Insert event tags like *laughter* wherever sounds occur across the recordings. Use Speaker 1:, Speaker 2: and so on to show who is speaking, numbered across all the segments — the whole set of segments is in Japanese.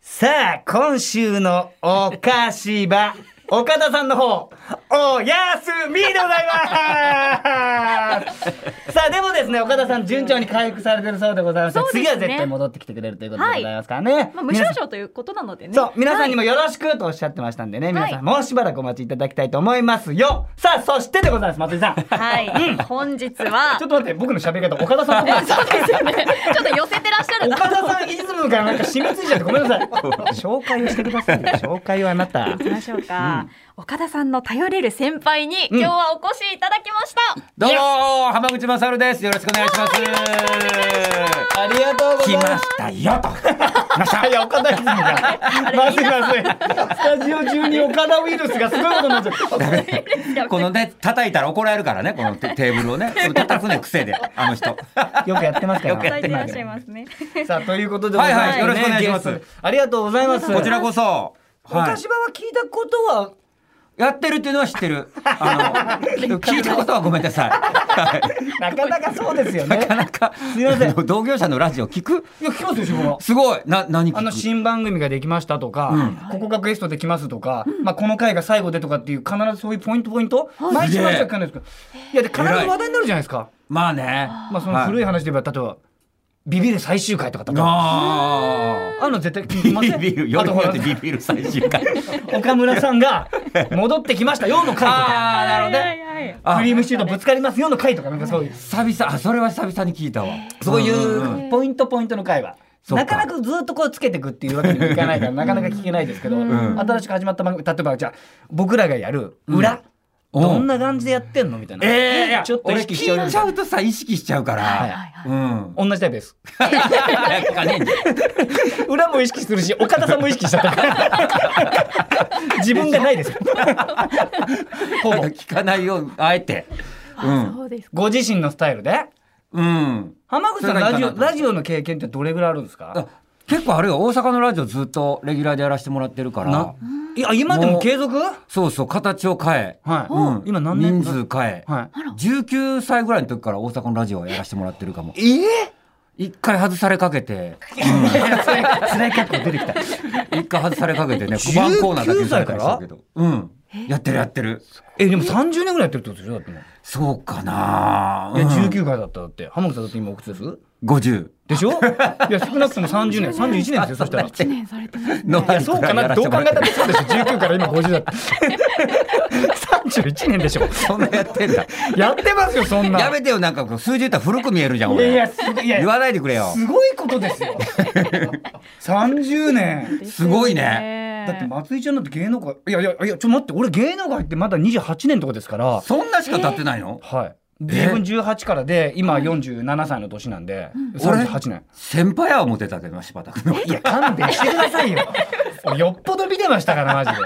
Speaker 1: さあ、今週のお菓子場、岡田さんの方、おやすみでござい
Speaker 2: *laughs*
Speaker 1: ますさあ、でもですね、岡田さん、順調に回復されてるそうでございまして、
Speaker 2: そうですね
Speaker 1: 次は絶対戻ってきてくれるということでございますからね。
Speaker 2: まあ、無症状ということなのでね。
Speaker 1: そう、皆さんに
Speaker 2: も。
Speaker 1: もよろしくとおっしゃってましたんでね、皆さんもうしばらくお待ちいただきたいと思いますよ。さあ、そしてでございます、松
Speaker 2: *laughs*
Speaker 1: 井さん。ちょ
Speaker 2: はい、本日は。
Speaker 1: っと待って、僕の喋り方、岡田さんの方です。
Speaker 2: *laughs* そうですよね。ちょっと寄せてらっしゃるな。
Speaker 1: 岡田さんイズムがなんか染みついちゃってごめんな
Speaker 2: *laughs*
Speaker 1: さい。紹介をしてくださいよ。紹介はあなた
Speaker 2: 行。きましょうか、岡田さんの頼れる先輩に今日はお越しいただきました、
Speaker 3: どうも浜口正るですよろしくお願いします
Speaker 1: ありがとうござ
Speaker 3: 来
Speaker 1: い
Speaker 3: ま
Speaker 1: ま
Speaker 3: したよと
Speaker 1: す。いや、岡田イズムが。 *laughs* まずいまずい。スタジオ中に岡田ウイルスがすごいことに *laughs* なっちゃう。
Speaker 3: このね叩いたら怒られるからねこのテテーブ
Speaker 1: *laughs*
Speaker 3: ルをねその叩くね癖であの人
Speaker 1: よくやってますから。
Speaker 3: よく
Speaker 2: 伝えてらっしゃいますね
Speaker 1: さあ、ということでございま
Speaker 3: はい
Speaker 1: す
Speaker 3: は
Speaker 1: ね。
Speaker 3: いよろしくお願いします
Speaker 1: ゲストありがとうございます。
Speaker 3: こちらこそ
Speaker 1: お
Speaker 3: は
Speaker 1: 菓子場は聞いたことは、
Speaker 3: い、やってるっていうのは知ってる
Speaker 1: *laughs*
Speaker 3: あの聞いたことはごめんなさい、はい
Speaker 1: なかなかそうですよね。
Speaker 3: なかなか
Speaker 1: すいません
Speaker 3: あの同業者のラジオ聞く
Speaker 1: いや、聞きますよ、自分は。
Speaker 3: すごいな何
Speaker 1: あの
Speaker 3: 聞く
Speaker 1: 新番組ができましたとか、ここがゲストできますとか、まあ、この回が最後でとかっていう必ずそういうポイントポイント、毎日毎日は聞かないですけどいやで必ず話題になるじゃないですか、
Speaker 3: まあね
Speaker 1: まあ、その古い話で言えば例えば「ビビる最終回」とか例えば
Speaker 3: あ
Speaker 1: あの絶対聞いてませ
Speaker 3: ー
Speaker 1: ん
Speaker 3: ビビるよ
Speaker 1: あ
Speaker 3: り
Speaker 1: と
Speaker 3: に
Speaker 1: ほ
Speaker 3: よっ
Speaker 1: ら
Speaker 3: てビビる最終回
Speaker 1: 岡村さん *laughs* が「戻ってきましたよ」の回とか
Speaker 3: あーなるほどね
Speaker 1: 「
Speaker 2: ね
Speaker 1: ク
Speaker 3: あ
Speaker 1: リームシチューとぶつかりますよ」の回とかなんかそういう
Speaker 3: 久々あそれは久々に聞いたわ
Speaker 1: そうい
Speaker 3: んんん
Speaker 1: うポイントポイントの回は。
Speaker 3: そうか
Speaker 1: なかなかずっとこうつけていくっていうわけにもいかないからなかなか聞けないですけど、
Speaker 3: ん
Speaker 1: 新しく始まった番組例えばじゃあ僕らがやる裏、
Speaker 3: うん
Speaker 1: どんな感じでやってんのみたいな、
Speaker 3: ええいや
Speaker 1: ちょっと意
Speaker 3: 俺
Speaker 1: 識しちゃうよ
Speaker 3: 聞いちゃうとさ意識しちゃうから、
Speaker 1: はい
Speaker 3: うん
Speaker 1: 同じタイプです
Speaker 3: やっぱね
Speaker 1: 裏も意識するし岡田さんも意識しちゃった自分がないですよほぼ
Speaker 3: 聞かないようにあえてうん
Speaker 2: そうです
Speaker 1: ご自身のスタイルで
Speaker 3: うん
Speaker 1: 浜口さん
Speaker 3: それが
Speaker 1: ラ
Speaker 3: いい
Speaker 1: ジ
Speaker 3: かな
Speaker 1: オラジオの経験ってどれぐらいあるんです
Speaker 3: あ
Speaker 1: か
Speaker 3: 結構あるよ大阪のラジオずっとレギュラーでやらせてもらってるから
Speaker 1: いや今でも継続は
Speaker 3: そうそう形を変え、
Speaker 1: い、
Speaker 3: うん、
Speaker 1: 今何年
Speaker 3: 人数変え、
Speaker 1: はい
Speaker 3: 19歳ぐらいの時から大阪のラジオはやらせてもらってるかも
Speaker 1: ええ
Speaker 3: 一回外されかけて
Speaker 1: 辛い格好出てきた
Speaker 3: 一回外され
Speaker 1: *laughs*
Speaker 3: かけてねワンコーナーだけ
Speaker 1: 19歳から
Speaker 3: 外されかけたけどうんやってるやってる
Speaker 1: えでも30年ぐらいやってるってことでしょだってもう
Speaker 3: そうかな、
Speaker 1: いや
Speaker 3: うん
Speaker 1: 19回だったらだって浜口さんだって今おいくつです
Speaker 3: 50
Speaker 1: でしょいや少なくとも30年31年ですよそしたら。
Speaker 2: 一年されてます
Speaker 3: の
Speaker 1: いやそうかなどう考えたってそうでしょ19から今50だって31年でしょ
Speaker 3: そんなやってんだ。
Speaker 1: やってますよそんな
Speaker 3: やめてよ、なんかこう数字言ったら古く見えるじゃん、
Speaker 1: いやいや
Speaker 3: 俺。
Speaker 1: すごいいや
Speaker 3: 言わないでくれよ。
Speaker 1: すごいことですよ30年
Speaker 3: すごいね
Speaker 1: だって松井ちゃんだって芸能界いやいやいやちょっと待って俺芸能界ってまだ28年とかですから
Speaker 3: そんなしか経ってないの
Speaker 1: はい
Speaker 3: え
Speaker 1: 自分18からで今47歳の年なんで
Speaker 3: 俺
Speaker 1: 38年
Speaker 3: 先輩は思ってたけどな、柴田君の。
Speaker 1: いや、勘弁してください
Speaker 3: *laughs*
Speaker 1: よ。俺よっぽど見てましたから、マジで。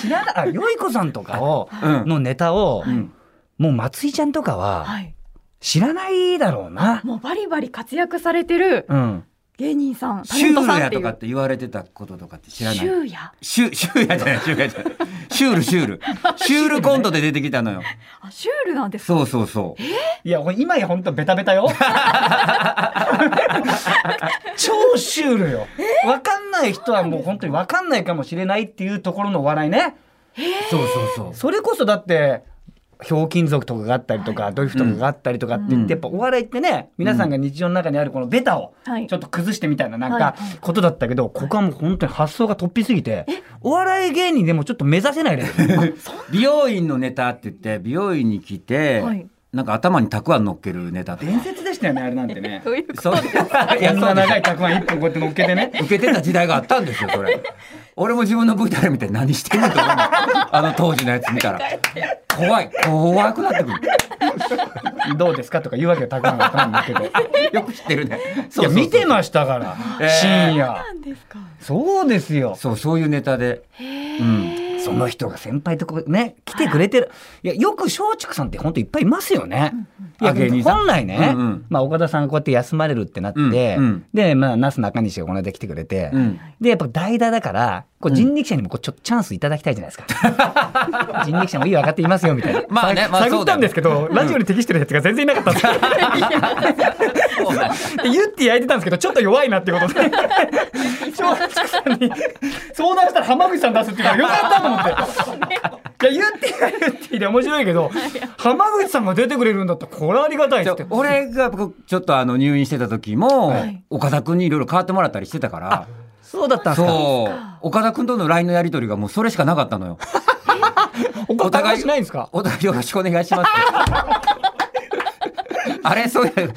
Speaker 1: 知らない、あ、よいこさんとかを、
Speaker 3: うん
Speaker 1: のネタを、
Speaker 3: うん
Speaker 1: もう松井ちゃんとかは、
Speaker 2: はい
Speaker 1: 知らないだろうな。
Speaker 2: もうバリバリ活躍されてる
Speaker 1: うん。
Speaker 2: 芸人さんタレ
Speaker 3: シ
Speaker 2: ン
Speaker 3: ュ
Speaker 2: ト
Speaker 3: ール
Speaker 2: さんっ
Speaker 3: や
Speaker 2: てい
Speaker 3: とか
Speaker 2: う
Speaker 3: って言われてたこととかって知らない
Speaker 2: シュウヤ
Speaker 3: シュシューやじゃない、シューやじゃない。シュール、シュール。シュールコントで出てきたのよ。
Speaker 2: あシュールなんです
Speaker 3: そうそうそう。
Speaker 1: いや、これ今やほんとベタベタよ。 *laughs* 超シュールよ。わかんない人はもう本当にわかんないかもしれないっていうところのお笑いね。
Speaker 3: そうそうそう。
Speaker 1: それこそだってひょうきん族とかがあったりとか、ドリフとかがあったりとかって言って、
Speaker 3: うん
Speaker 1: やっぱお笑いってね皆さんが日常の中にあるこのベタを
Speaker 2: はい
Speaker 1: ちょっと崩してみたいななん
Speaker 2: は
Speaker 1: か
Speaker 2: いはい
Speaker 1: ことだったけど、ここはもう本当に発想が突飛すぎてお笑い芸人でもちょっと目指せないレベル
Speaker 3: 美容院のネタって言って、美容院に来て
Speaker 2: はい、
Speaker 3: なんか頭にたくあん乗っけるネタとか
Speaker 1: 伝。説でしたよねあれなんてね。
Speaker 2: どういう
Speaker 3: *laughs* そう。い
Speaker 1: こ
Speaker 3: や、
Speaker 1: ん
Speaker 3: そ
Speaker 1: な
Speaker 3: うです
Speaker 1: 長いたくあん一本こうやって乗っけてね。
Speaker 3: 受けてた時代があったんですよ、それ。俺も自分の VTR 見て何してんのと思うのあの当時のやつ見たら。怖い、怖くなってくる。 *laughs*
Speaker 1: どうですかとか言うわけよたくあんが頭に乗っけ
Speaker 3: *laughs*
Speaker 1: て。
Speaker 3: よく知ってるね。
Speaker 1: いや見て
Speaker 3: す。
Speaker 1: ましたから、
Speaker 3: えー
Speaker 1: 深夜。
Speaker 2: なんですか
Speaker 1: そうですよ。
Speaker 3: そう、そういうネタで。うん。
Speaker 1: その人が先輩とこね来てくれてる *laughs* いやよく松竹さんって本当いっぱいいますよね。いや
Speaker 3: あ芸人さん
Speaker 1: 本来ね、
Speaker 3: うんうん
Speaker 1: まあ、岡田さんがこうやって休まれるってなって、
Speaker 3: うんうん
Speaker 1: で、まあ、那須中西がこの間来てくれて、
Speaker 3: うん。
Speaker 1: でやっぱ代打だからこう人力車にもこうちょっとチャンスいただきたいじゃないですか、 *laughs* 人力車もいい分かっていますよみたいな
Speaker 3: まあね
Speaker 1: さ
Speaker 3: まあ
Speaker 1: 探ったんですけど、ラジオに適してるやつが全然いなかったんですよ
Speaker 3: そうなん
Speaker 1: *laughs*
Speaker 3: だ
Speaker 1: で、ユッティ焼いてたんですけど、ちょっと弱いなってことで。しょうがに相談したら浜口さん出すっていうのはよかったと思 *laughs* って。いや、言ってやるって言いで面白いけど、浜口さんが出てくれるんだったら、これありがたいっ
Speaker 3: じ
Speaker 1: す
Speaker 3: ゃ
Speaker 1: って。
Speaker 3: 俺が僕ちょっとあの入院してた時も、
Speaker 2: はい
Speaker 3: 岡田君にいろいろ変わってもらったりしてたから
Speaker 1: そうだったんですか。
Speaker 3: そう岡田君との LINE のやり取りがもうそれしかなかったのよ
Speaker 1: *laughs* お互いしないんですか
Speaker 3: お互いよろしくお願いします
Speaker 1: *laughs*
Speaker 3: ってあれそういや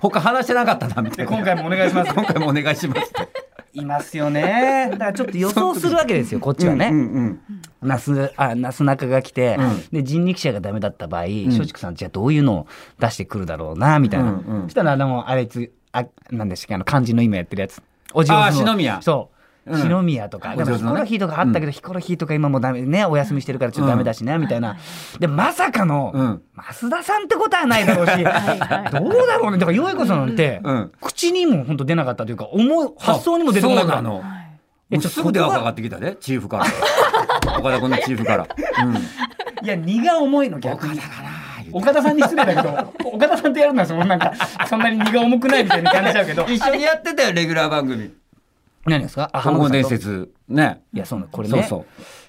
Speaker 3: 他話してなかったなみたいな
Speaker 1: 今回もお願いします。
Speaker 3: *laughs* 今回もお願いしますって
Speaker 1: いますよね。だからちょっと予想するわけですよ、こっちはね。
Speaker 3: うんうん
Speaker 1: なす、あ、なすなかが来て、
Speaker 3: う
Speaker 1: で、人力車がダメだった場合、松竹さんじゃあどういうのを出してくるだろうな、みたいな。
Speaker 3: うんうん
Speaker 1: そしたら、あの、あれつ、あ、なんでしたっけ、あの、漢字の今やってるやつ。おじお
Speaker 3: あー篠宮
Speaker 1: そう。
Speaker 3: うん
Speaker 1: ヒノミヤとか、
Speaker 3: お
Speaker 1: で
Speaker 3: 嬢
Speaker 1: も
Speaker 3: 様
Speaker 1: ヒコロ
Speaker 3: ね
Speaker 1: ヒーとかあったけど、ヒコロヒーとか今もうダメね、お休みしてるからちょっとダメだしね、みたいな。で、まさかの、
Speaker 3: うん
Speaker 1: 増田さんってことはないだろうし、どうだろうね。だから、よいこさんなんて、
Speaker 3: うん
Speaker 1: 口にも本当出なかったというか、思う、発想にも出てこなかっ
Speaker 3: そう
Speaker 1: た。
Speaker 3: なの
Speaker 1: えちょ
Speaker 3: もう
Speaker 1: っと
Speaker 3: すぐ電話かかってきたでチーフから *laughs* 岡田君のチーフから、うん、
Speaker 1: いや、荷が重いの、逆に。
Speaker 3: あ
Speaker 1: 岡田さんに失礼だけど、岡田さんとやるのはそのなんか、そんなに荷が重くないみたいな感じだけど
Speaker 3: ー。一緒にやってたよレギュラー番組
Speaker 1: 何ですか
Speaker 3: 「
Speaker 1: あ
Speaker 3: 黄金伝。説」ね
Speaker 1: いや、そうなのこれ
Speaker 3: そう
Speaker 1: ね、
Speaker 3: そ、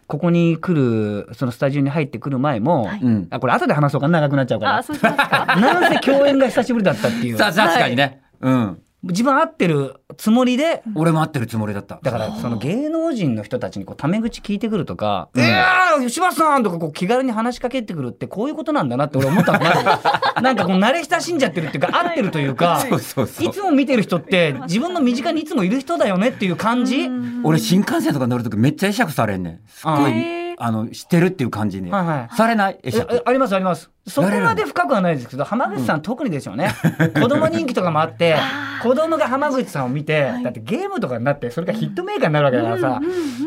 Speaker 1: ここに来る、そのスタジオに入ってくる前も、
Speaker 2: はいう
Speaker 3: うん、
Speaker 1: あ、これ後で話そうかな長くなっちゃう
Speaker 2: あ
Speaker 1: か
Speaker 2: そうしますか。
Speaker 1: ら。なんせ共演が久しぶりだったって
Speaker 2: *laughs*
Speaker 1: いう。
Speaker 3: さ確かにね、うん
Speaker 1: 自分会ってるつもりで、
Speaker 3: 俺も合ってるつもりだった
Speaker 1: だからその芸能人の人たちにこうタメ口聞いてくるとか「いやー柴田さん!」とかこう気軽に話しかけてくるってこういうことなんだなって俺思 *laughs* ったのがなんかこう慣れ親しんじゃってるっていうか合ってるというか
Speaker 3: *laughs* そうそうそう
Speaker 1: いつも見てる人って自分の身近にいつもいる人だよね *laughs* っていう感じ
Speaker 3: 俺新幹線とか乗る時めっちゃ会釈されんねんすっごい
Speaker 2: へー
Speaker 3: あの知ってるっていう感じに、
Speaker 1: はいはい
Speaker 3: されない会
Speaker 1: ええ
Speaker 3: 釈
Speaker 1: ありますありますそこまで深くはないですけど浜口さん特にでしょうね、子供人気とかもあって
Speaker 3: *laughs*
Speaker 1: 子供が浜口さんを見て、だってゲームとかになってそれがヒットメーカーになるわけだからさ、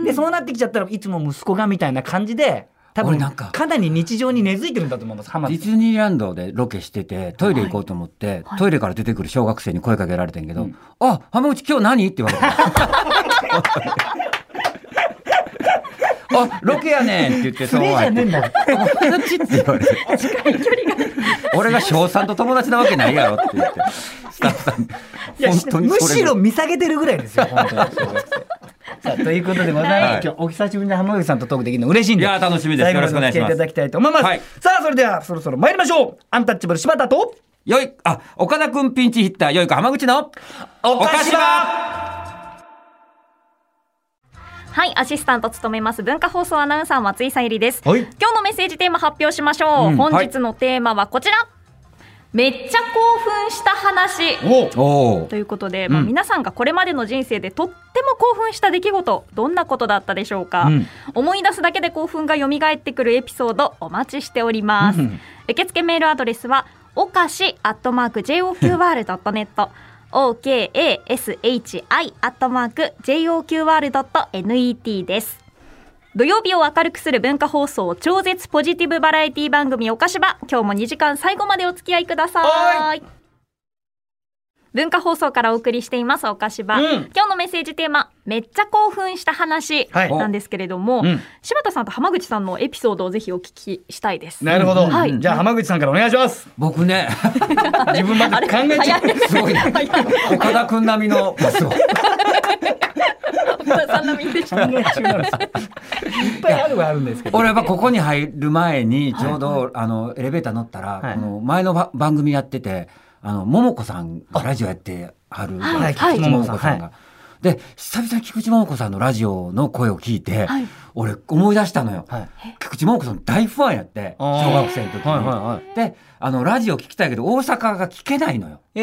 Speaker 1: でそうなってきちゃったらいつも息子がみたいな感じで多分
Speaker 3: 俺なん
Speaker 1: か
Speaker 3: か
Speaker 1: なり日常に根付いてるんだと思います浜
Speaker 3: デ
Speaker 1: 口
Speaker 3: ィ
Speaker 1: さ
Speaker 3: ズニーランドでロケしててトイレ行こうと思って、トイレから出てくる小学生に声かけられてんけど「あ浜口今日何?」って言わ
Speaker 1: *laughs*
Speaker 3: れてあロケやねん」って言って
Speaker 1: ん。
Speaker 3: そう
Speaker 1: れじゃねえんだよ
Speaker 3: 友達って言われて俺が翔さんと友達なわけないやろって言ってスタッフさん
Speaker 1: いや
Speaker 3: 本当
Speaker 1: *laughs*
Speaker 3: に
Speaker 1: む
Speaker 3: それ
Speaker 1: し
Speaker 3: ぐら
Speaker 1: ろ
Speaker 3: い
Speaker 1: 見下げてるぐらいですよ本当にさあということでございます、
Speaker 3: はい
Speaker 1: 今日お久しぶりに浜口さんとトークできるの嬉しいんで
Speaker 3: いやー楽しみです
Speaker 1: 最後ま
Speaker 3: よろしくお願いし
Speaker 1: お付き合
Speaker 3: ます
Speaker 1: いただきたいと思います、
Speaker 3: はい
Speaker 1: さあそれではそろそろ参りましょうアンタッチャブル柴田と
Speaker 3: よいあ岡田君ピンチヒッターよい子浜口の
Speaker 1: お
Speaker 3: 岡島
Speaker 2: はい、アシスタント務めます文化放送アナウンサー松井さゆりです。
Speaker 1: はい
Speaker 2: 今日のメッセージテーマ発表しましょう。
Speaker 3: うん
Speaker 2: 本日のテーマはこちら。めっちゃ興奮した話。
Speaker 1: お
Speaker 3: おお
Speaker 2: ということで、まあ、皆さんがこれまでの人生でとっても興奮した出来事どんなことだったでしょうか、
Speaker 1: うん
Speaker 2: 思い出すだけで興奮が蘇ってくるエピソードお待ちしております、
Speaker 1: うん
Speaker 2: 受付メールアドレスはおかし *laughs* JOQR.net OKASHI JOQR.net です土曜日を明るくする文化放送超絶ポジティブバラエティ番組おかしば今日も2時間最後までお付き合いくださ
Speaker 1: はい
Speaker 2: 文化放送からお送りしていますおかしば、
Speaker 1: うん
Speaker 2: 今日のメッセージテーマめっちゃ興奮した話
Speaker 1: はい
Speaker 2: なんですけれども、
Speaker 1: うん
Speaker 2: 柴田さんと浜口さんのエピソードをぜひお聞きしたいです
Speaker 1: なるほど、
Speaker 2: はい
Speaker 1: じゃあ浜口さんからお願いします
Speaker 3: 僕ね
Speaker 1: *laughs* 自分まで考えちゃう
Speaker 3: すご
Speaker 1: *laughs*
Speaker 3: いね岡田君並みのパスを
Speaker 2: 田さん並みでした
Speaker 1: 考え中なんですよいっぱいあるはあるんですけど
Speaker 3: 俺やっぱここに入る前にちょうどあのエレベーター乗ったら
Speaker 1: はい
Speaker 3: この前のば番組やっててあの桃子さんがラジオやってはる
Speaker 2: はい
Speaker 3: 菊池桃子
Speaker 1: は
Speaker 3: さ
Speaker 1: い
Speaker 3: んが。で久々に菊池桃子さんのラジオの声を聞いて
Speaker 2: はい
Speaker 3: 俺思い出したのよ
Speaker 1: はい
Speaker 3: 菊池桃子さん大ファンやって
Speaker 1: あー
Speaker 3: 小学生の時
Speaker 1: はい
Speaker 3: に。
Speaker 1: はいはい
Speaker 3: であのラジオ聞きたいけど大阪が聞けないのよ。
Speaker 1: え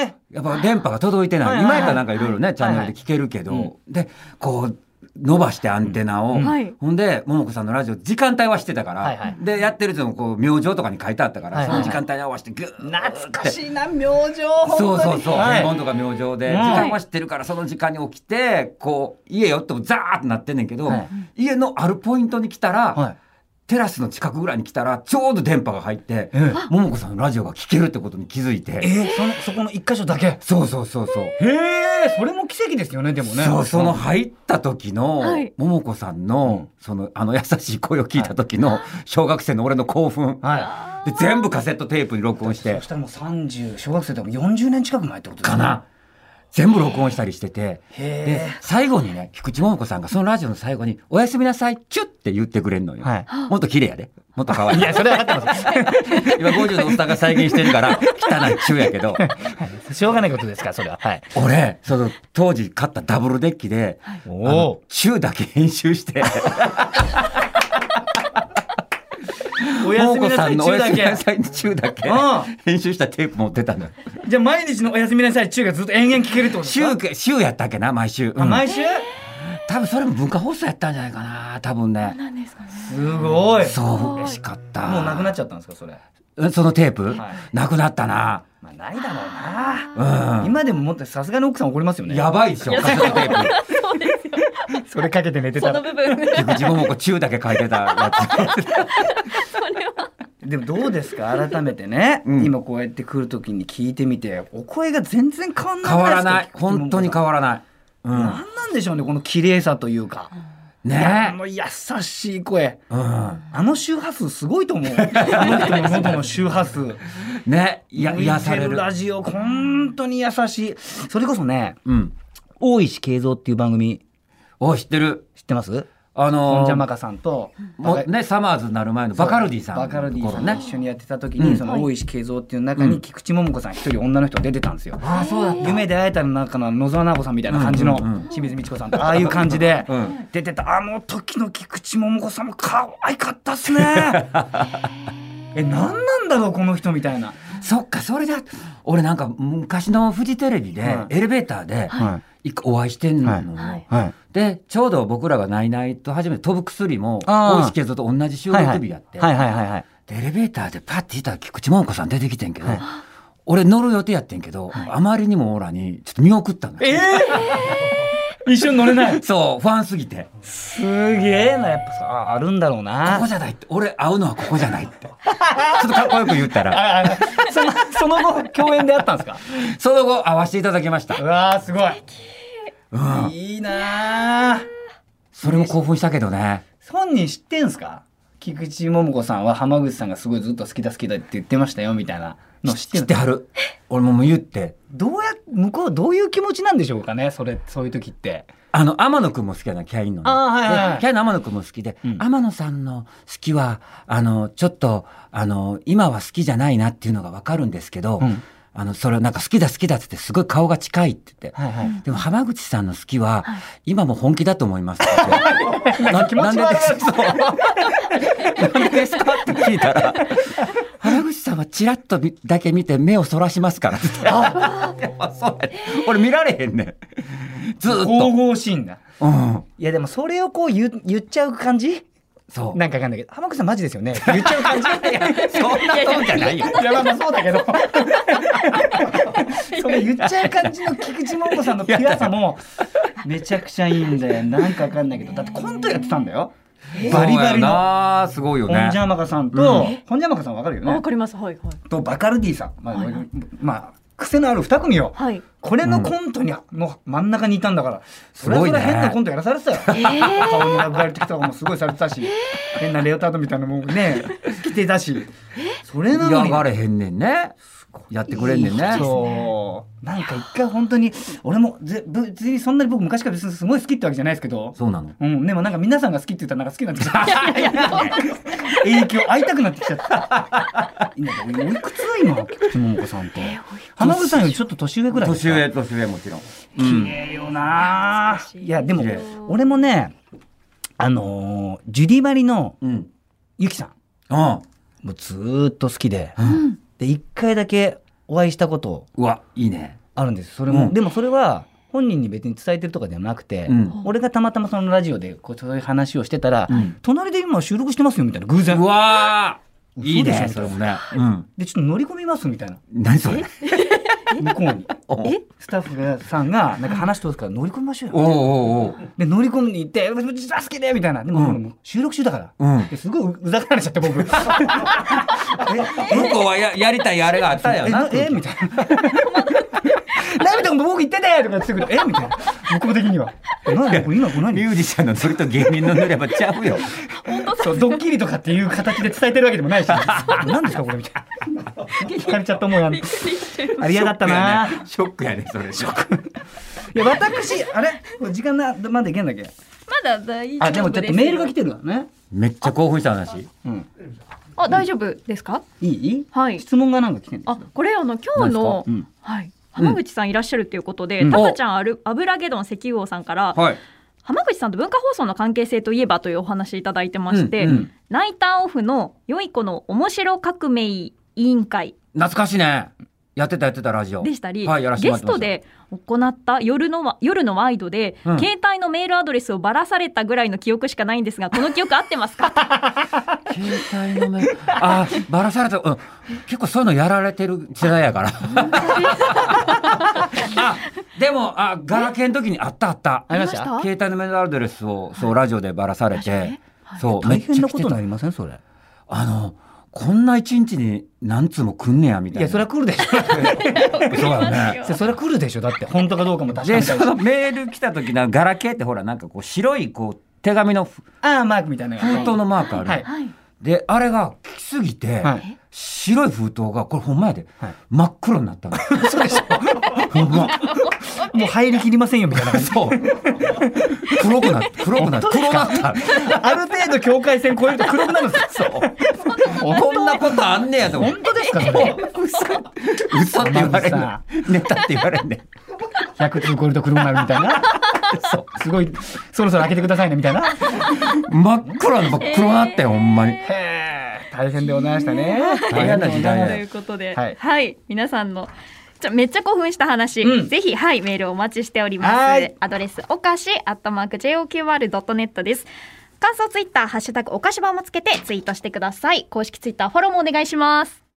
Speaker 1: え
Speaker 3: やっぱ電波が届いて
Speaker 1: はい
Speaker 3: ない。
Speaker 1: はいはい
Speaker 3: 今やったらなんかいろいろね、チャンネルで聞けるけ
Speaker 1: はいはい
Speaker 3: ど、で、こう、伸ばしてアンテナを。
Speaker 1: うん
Speaker 2: はい
Speaker 3: ほんで、桃子さんのラジオ、時間帯はしてたか
Speaker 1: はいはい
Speaker 3: ら、で、やってる人もこう、明星とかに書いてあったか
Speaker 1: は
Speaker 3: ら、
Speaker 1: い
Speaker 3: そ
Speaker 1: はいは
Speaker 3: の
Speaker 1: い
Speaker 3: 時間帯に合わせてギューッ
Speaker 1: 懐かしいな明星本当
Speaker 3: そ
Speaker 1: に
Speaker 3: うそうそう。
Speaker 1: はい
Speaker 3: 本とか明星で、
Speaker 1: うん
Speaker 3: 時間は知ってるから、その時間に起きて、こう、家よってもザーってなってんねんけど
Speaker 1: はい、
Speaker 3: 家のあるポイントに来た
Speaker 1: は
Speaker 3: ら
Speaker 1: い、
Speaker 3: テラスの近くぐらいに来たら、ちょうど電波が入って
Speaker 1: ええ、
Speaker 3: 桃子さんのラジオが聞けるってことに気づいて、
Speaker 1: えー、そのそこの一箇所だけ
Speaker 3: そうそうそうそう。
Speaker 1: へえそれも奇跡ですよねでもね
Speaker 3: そうその入った時の
Speaker 2: はい
Speaker 3: 桃子さんのそのあの優しい声を聞いた時の小学生の俺の興奮
Speaker 1: は
Speaker 3: で全部カセットテープに録音し
Speaker 1: い
Speaker 3: て
Speaker 1: そしたらもう30小学生でも40年近く前ってことです
Speaker 3: か
Speaker 1: ね
Speaker 3: な全部録音したりしてて、で
Speaker 1: へ、
Speaker 3: 最後にね、菊池桃子さんがそのラジオの最後に、おやすみなさい、チュッって言ってくれんのよ。
Speaker 1: はい
Speaker 3: もっと綺麗やで。もっと可愛
Speaker 1: *laughs* え。い
Speaker 3: い。
Speaker 1: や、それは分かってます。
Speaker 3: 今50のおっさんが再現してるから、汚いチュや
Speaker 1: *laughs*
Speaker 3: けど、
Speaker 1: しょうがないことですから、それは。はい。
Speaker 3: 俺、その、当時買ったダブルデッキで、あ
Speaker 1: お
Speaker 3: のチュだけ編
Speaker 1: *laughs*
Speaker 3: 集して、
Speaker 1: お。お
Speaker 3: 桃子さんのおやすみな
Speaker 1: 中
Speaker 3: さい、チュだけ
Speaker 1: うん、
Speaker 3: 編集したテープ持ってたのよ。
Speaker 1: じゃあ毎日のおやすみなさい中がずっと延々聞けるってことです
Speaker 3: 週
Speaker 1: か
Speaker 3: か、週やったっけな、毎週。う
Speaker 1: あ
Speaker 3: ん
Speaker 1: 毎週
Speaker 3: 多分それも文化放送やったんじゃないかな、多分ね。
Speaker 2: *laughs* なんですかね。
Speaker 1: すごい。
Speaker 3: そう、嬉しかった。
Speaker 1: もうなくなっちゃったんですか、それ。
Speaker 3: うんそのテープ、
Speaker 1: はい
Speaker 3: なくなったな。
Speaker 1: まあ、ないだろう
Speaker 3: うん
Speaker 1: な。。今でも持ってさすがに奥さん怒りますよね。
Speaker 3: やばいでしょ、
Speaker 2: いや
Speaker 3: カセットテープ。
Speaker 2: そうですよ。
Speaker 1: それかけて寝て
Speaker 2: その
Speaker 1: た。
Speaker 2: 部分。そ
Speaker 3: 菊池桃子、チューだけ書いてた *laughs* やつ。
Speaker 2: れは。
Speaker 1: でもどうです
Speaker 3: *laughs*
Speaker 1: か改めてね、
Speaker 3: うん
Speaker 1: 今こうやって来るときに聞いてみてお声が全然変わんない
Speaker 3: 変わらない。本当に
Speaker 1: わ
Speaker 3: 変わらない。うん。
Speaker 1: 何なんでしょうねこの綺麗さというか、いや
Speaker 3: ね
Speaker 1: もう優しい声
Speaker 3: え。うん。
Speaker 1: あの周波数すごいと思
Speaker 3: *laughs*
Speaker 1: うあの人の喉の周波数
Speaker 3: ねいや、
Speaker 1: 向いて
Speaker 3: 癒される。
Speaker 1: ラジオ本当に優しいそれこそね
Speaker 3: うん。
Speaker 1: 大石恵三っていう番組
Speaker 3: お、知ってる。
Speaker 1: 知ってます
Speaker 3: あ
Speaker 1: も
Speaker 3: の
Speaker 1: んじゃ
Speaker 3: ー
Speaker 1: まかさんと
Speaker 3: もうね、サマーズになる前のバカルディさんの
Speaker 1: バカルディさん
Speaker 3: 頃
Speaker 1: と
Speaker 3: ね
Speaker 1: 一緒にやってた時
Speaker 3: う
Speaker 1: に
Speaker 3: ん
Speaker 1: その大石恵三っていう中に菊池桃子さん一人女の人が出てたんですよ。
Speaker 3: ああ、そうだっ
Speaker 1: 夢で会えたの中の野沢直子さんみたいな感じの
Speaker 3: うんうんうん
Speaker 1: 清水美智子さんとああいう感じで
Speaker 3: うん
Speaker 1: 出てたあの時の菊池桃子さんも可愛かったっすね *laughs* え何なんだろうこの人みたいな
Speaker 3: た。そっか、それだ。俺なんか昔のフジテレビで、
Speaker 1: はい
Speaker 3: エレベーターで、
Speaker 1: は
Speaker 3: 一個お会いしてんのよ。
Speaker 1: はい
Speaker 2: はい
Speaker 1: はい
Speaker 3: でちょうど僕らが「ナイナイ」と初めて飛ぶ薬も
Speaker 1: あー
Speaker 3: 大石恵三と同じ収録日やって、
Speaker 1: いはいはいはい
Speaker 3: でエレベーターでパッていたら菊池桃子さん出てきてんけど、
Speaker 1: はい
Speaker 3: 俺乗る予定やってんけど、あまりにもオーラにちょっと見送ったのよ
Speaker 1: え *laughs* え一緒に乗れない
Speaker 3: そうファンすぎて
Speaker 1: すげえなやっぱさああるんだろう
Speaker 3: 「ここ
Speaker 1: な
Speaker 3: じゃない」って「俺会うのはここじゃない」ってちょっとかっこよく言っ
Speaker 1: *laughs*
Speaker 3: たら
Speaker 1: ああそのその後共演であったんですか
Speaker 3: その後会わせていただきました
Speaker 1: う、わーすごい
Speaker 3: うん、
Speaker 1: いいなあ
Speaker 3: それも興奮したけどね
Speaker 1: 本人知ってんすか菊池桃子さんは浜口さんがすごいずっと好きだ好きだって言ってましたよみたいなの知ってん
Speaker 3: 知っ
Speaker 1: の
Speaker 3: てはる俺ももう言って
Speaker 1: どうや向こうどういう気持ちなんでしょうかねそれそういう時って
Speaker 3: あの天野くんも好きやなキャインのね、
Speaker 1: あーはいはいはい
Speaker 3: でキャインの天野くんも好きで、
Speaker 1: うん
Speaker 3: 天野さんの好きはあのちょっとあの今は好きじゃないなっていうのがわかるんですけど、
Speaker 1: うん
Speaker 3: あのそれをなんか好きだ好きだって言ってすごい顔が近いって言って。
Speaker 1: はいはい
Speaker 3: でも浜口さんの好きは、今も本気だと思
Speaker 1: *laughs*
Speaker 3: いますってな
Speaker 1: 気持ち
Speaker 3: なん
Speaker 1: 悪
Speaker 3: で
Speaker 1: い
Speaker 3: ですそうなんでですかって聞いた *laughs* ら浜口さんはちらっとみだけ見て目をそらしますからって言ってあやっぱそうや俺見られへんねんずーっと
Speaker 1: 神々しいんだ
Speaker 3: うん。
Speaker 1: いやでもそれをこう言う言っちゃう感じ
Speaker 3: そう。
Speaker 1: なんかわかんないけど浜口さんマジですよねって言っちゃう感じ
Speaker 3: *laughs*
Speaker 1: いや
Speaker 3: そんなそうじゃないよ。
Speaker 1: まあまあそうだけ
Speaker 3: *laughs*
Speaker 1: どそれ言っちゃう感じの菊池桃子さんのピュアさもめちゃくちゃいいんだよなんかわかんないけどだってコントやってたんだよバリバリの
Speaker 3: の。すごいよ
Speaker 1: ホン
Speaker 3: ね
Speaker 1: ジ。ャマカさんと、ホンジャマカさんわかるよ
Speaker 2: あわ
Speaker 1: ね
Speaker 2: かります。はいはい。
Speaker 1: とバカルディさん、まあ
Speaker 2: はいはい
Speaker 1: まあ癖のある2組よ
Speaker 2: はい。
Speaker 1: これのコントに、の真ん中にいたんだからそれ
Speaker 3: す
Speaker 1: ぞ
Speaker 3: ごい
Speaker 1: れ
Speaker 3: ね
Speaker 1: 変なコントやらさ
Speaker 3: *laughs*
Speaker 1: れてたよ、顔に殴られてきたとかもすごいされてたし変なレオタードみたいなのも
Speaker 3: *laughs*
Speaker 1: ね着てたしそれなの
Speaker 3: 嫌
Speaker 1: に
Speaker 3: がれへんねんね。やってくれんねんね。
Speaker 1: そうなんか一回本当に俺もぜ別にそんなに僕昔から別にすごい好きってわけじゃないですけど
Speaker 3: そうなの。
Speaker 1: うん、でもなんか皆さんが好きって言ったらなんか好きになってきちゃ
Speaker 3: *laughs*
Speaker 1: った。影響、会いたくなってきちゃった。
Speaker 3: *laughs*
Speaker 1: なんかおいくつ今、菊池桃子さんと。花口さんよりちょっと年上ぐらいですか。
Speaker 3: 年上もちろん。
Speaker 1: 綺麗よなあ、いや、でも
Speaker 3: 綺麗、
Speaker 1: 俺もね、あのージュディバリの
Speaker 3: うん。
Speaker 1: ゆきさん、
Speaker 3: うん。
Speaker 1: もうずーっと好きで、
Speaker 3: うん。
Speaker 1: で、一回だけお会いしたこと
Speaker 3: うわ、いいね。
Speaker 1: あるんです。それも、
Speaker 3: うん
Speaker 1: でもそれは、本人に別に伝えてるとかではなくて、
Speaker 3: うん。
Speaker 1: 俺がたまたまそのラジオでこうそういう話をしてたら、
Speaker 3: うん
Speaker 1: 隣で今収録してますよみたいな偶然
Speaker 3: うわー。
Speaker 1: 嘘
Speaker 3: いいね。
Speaker 1: でし
Speaker 3: そ
Speaker 1: ょ
Speaker 3: れもね。うん。
Speaker 1: でちょっと乗り込みますみたいな
Speaker 3: 何それ。
Speaker 1: 向こうに
Speaker 3: おう
Speaker 1: スタッフがさんがなんか話してますから乗り込みましょう
Speaker 3: お
Speaker 1: よ
Speaker 3: うおう
Speaker 1: で乗り込みに行って「私大好きで」みたいなでも、
Speaker 3: うん
Speaker 1: もう収録中だから、
Speaker 3: うん
Speaker 1: ですごいうざがられちゃって *laughs* 僕え
Speaker 3: 向こうはややりたいあれがあったんや
Speaker 1: え
Speaker 3: な。
Speaker 1: えみたいな *laughs* 涙も僕言ってたよとか言ってくる。えみたいな。僕も的には。え何これ今これ
Speaker 3: ミ
Speaker 1: 何
Speaker 3: ュージシャンのノリと芸人のノリはやっぱちゃうよ。
Speaker 1: そうドッキリとかっていう形で伝えてるわけでも *laughs* ないし。何ですかこれみたいな。聞かれちゃったも *laughs* んやん。あれ嫌だったな。
Speaker 3: ショックやね。ショックやね、それ。ショック。
Speaker 1: いや私あれこれ時間なまだいけんだっけ。
Speaker 2: まだ大丈夫です。
Speaker 1: あでもちょっとメールが来てるわね。
Speaker 3: めっちゃ興奮した話。
Speaker 1: うん。
Speaker 2: あ大丈夫ですか？
Speaker 1: いい？
Speaker 2: はい
Speaker 1: 質問がなんか来てる。
Speaker 2: あこれあの今日の、
Speaker 1: 何です
Speaker 2: はい浜口さんいらっしゃるということで、
Speaker 3: うん
Speaker 2: タカちゃんある油ゲドン石油王さんから、
Speaker 3: はい。
Speaker 2: 浜口さんと文化放送の関係性といえばというお話いただいてまして、
Speaker 3: うんうん
Speaker 2: ナイターオフの良い子の面白革命委員会
Speaker 3: 懐かしいね。やってたやってたラジオ。
Speaker 2: でしたり、
Speaker 3: はい、やらせて
Speaker 2: ゲ
Speaker 3: もらっ
Speaker 2: ス
Speaker 3: てま
Speaker 2: ト
Speaker 3: した。
Speaker 2: で行った夜のわ夜のワイドで、
Speaker 3: うん
Speaker 2: 携帯のメールアドレスをばらされたぐらいの記憶しかないんですがこの記憶合ってますか
Speaker 3: 携帯のメールあーバラされた、うん、結構そういうのやられてる世代やから *laughs* あでもあガラケーの時にあったあった
Speaker 1: ありました
Speaker 2: ありました
Speaker 3: 携帯のメールアドレスをそうラジオでばらされて、そう
Speaker 1: 大変なこ
Speaker 3: めっちゃ来
Speaker 1: と
Speaker 3: てた
Speaker 1: になりませんそれ。
Speaker 3: あのこんな一日に何通も来んねやみたい
Speaker 1: い
Speaker 3: な
Speaker 1: やそれは来るでし
Speaker 3: そうだね
Speaker 1: *laughs* ょ。それは来るでしょだって本当かどうかも確か
Speaker 3: で
Speaker 1: めた
Speaker 3: そ
Speaker 1: いし。
Speaker 3: のメール来た時なガラケーってほらなんかこう白いこう手紙の封
Speaker 1: ああマークみたいなのが。
Speaker 3: 筒のマークあ
Speaker 1: *laughs*
Speaker 3: る、
Speaker 1: はい
Speaker 2: はい
Speaker 3: であれが来すぎて、
Speaker 1: はい
Speaker 3: 白い封筒がこれほんまやで、
Speaker 1: はい
Speaker 3: 真っ黒になっ
Speaker 1: *laughs*
Speaker 3: たの
Speaker 1: そうでし
Speaker 3: ほんま
Speaker 1: ょ。もう入りきりませんよみたいな感じ。
Speaker 3: そう黒くなった黒くなった黒なった
Speaker 1: ある程度境界線越えると黒くなるんですよ。
Speaker 3: こんなことあんねやと思っ
Speaker 1: 本
Speaker 3: て
Speaker 1: 当ですかそれ。
Speaker 3: 嘘って言われんのネタって言われんねん
Speaker 1: 100通超えると黒くなるみたいな。
Speaker 3: そう
Speaker 1: すごいそろそろ開けてくださいねみたいな。
Speaker 3: 真っ黒な黒なったよほんまに
Speaker 1: へえ大変でございましたね。
Speaker 3: 大変な時代だよ
Speaker 2: ということで、は、
Speaker 1: はいい
Speaker 2: 皆さんのじゃめっちゃ興奮した話、
Speaker 1: うん
Speaker 2: ぜひはいメールをお待ちしておりま
Speaker 1: は
Speaker 2: す
Speaker 1: い。
Speaker 2: アドレスおかしアットマーク joqr ドットネットです。感想ツイッターハッシュタグおかしばもつけてツイートしてください。公式ツイッターフォローもお願いします。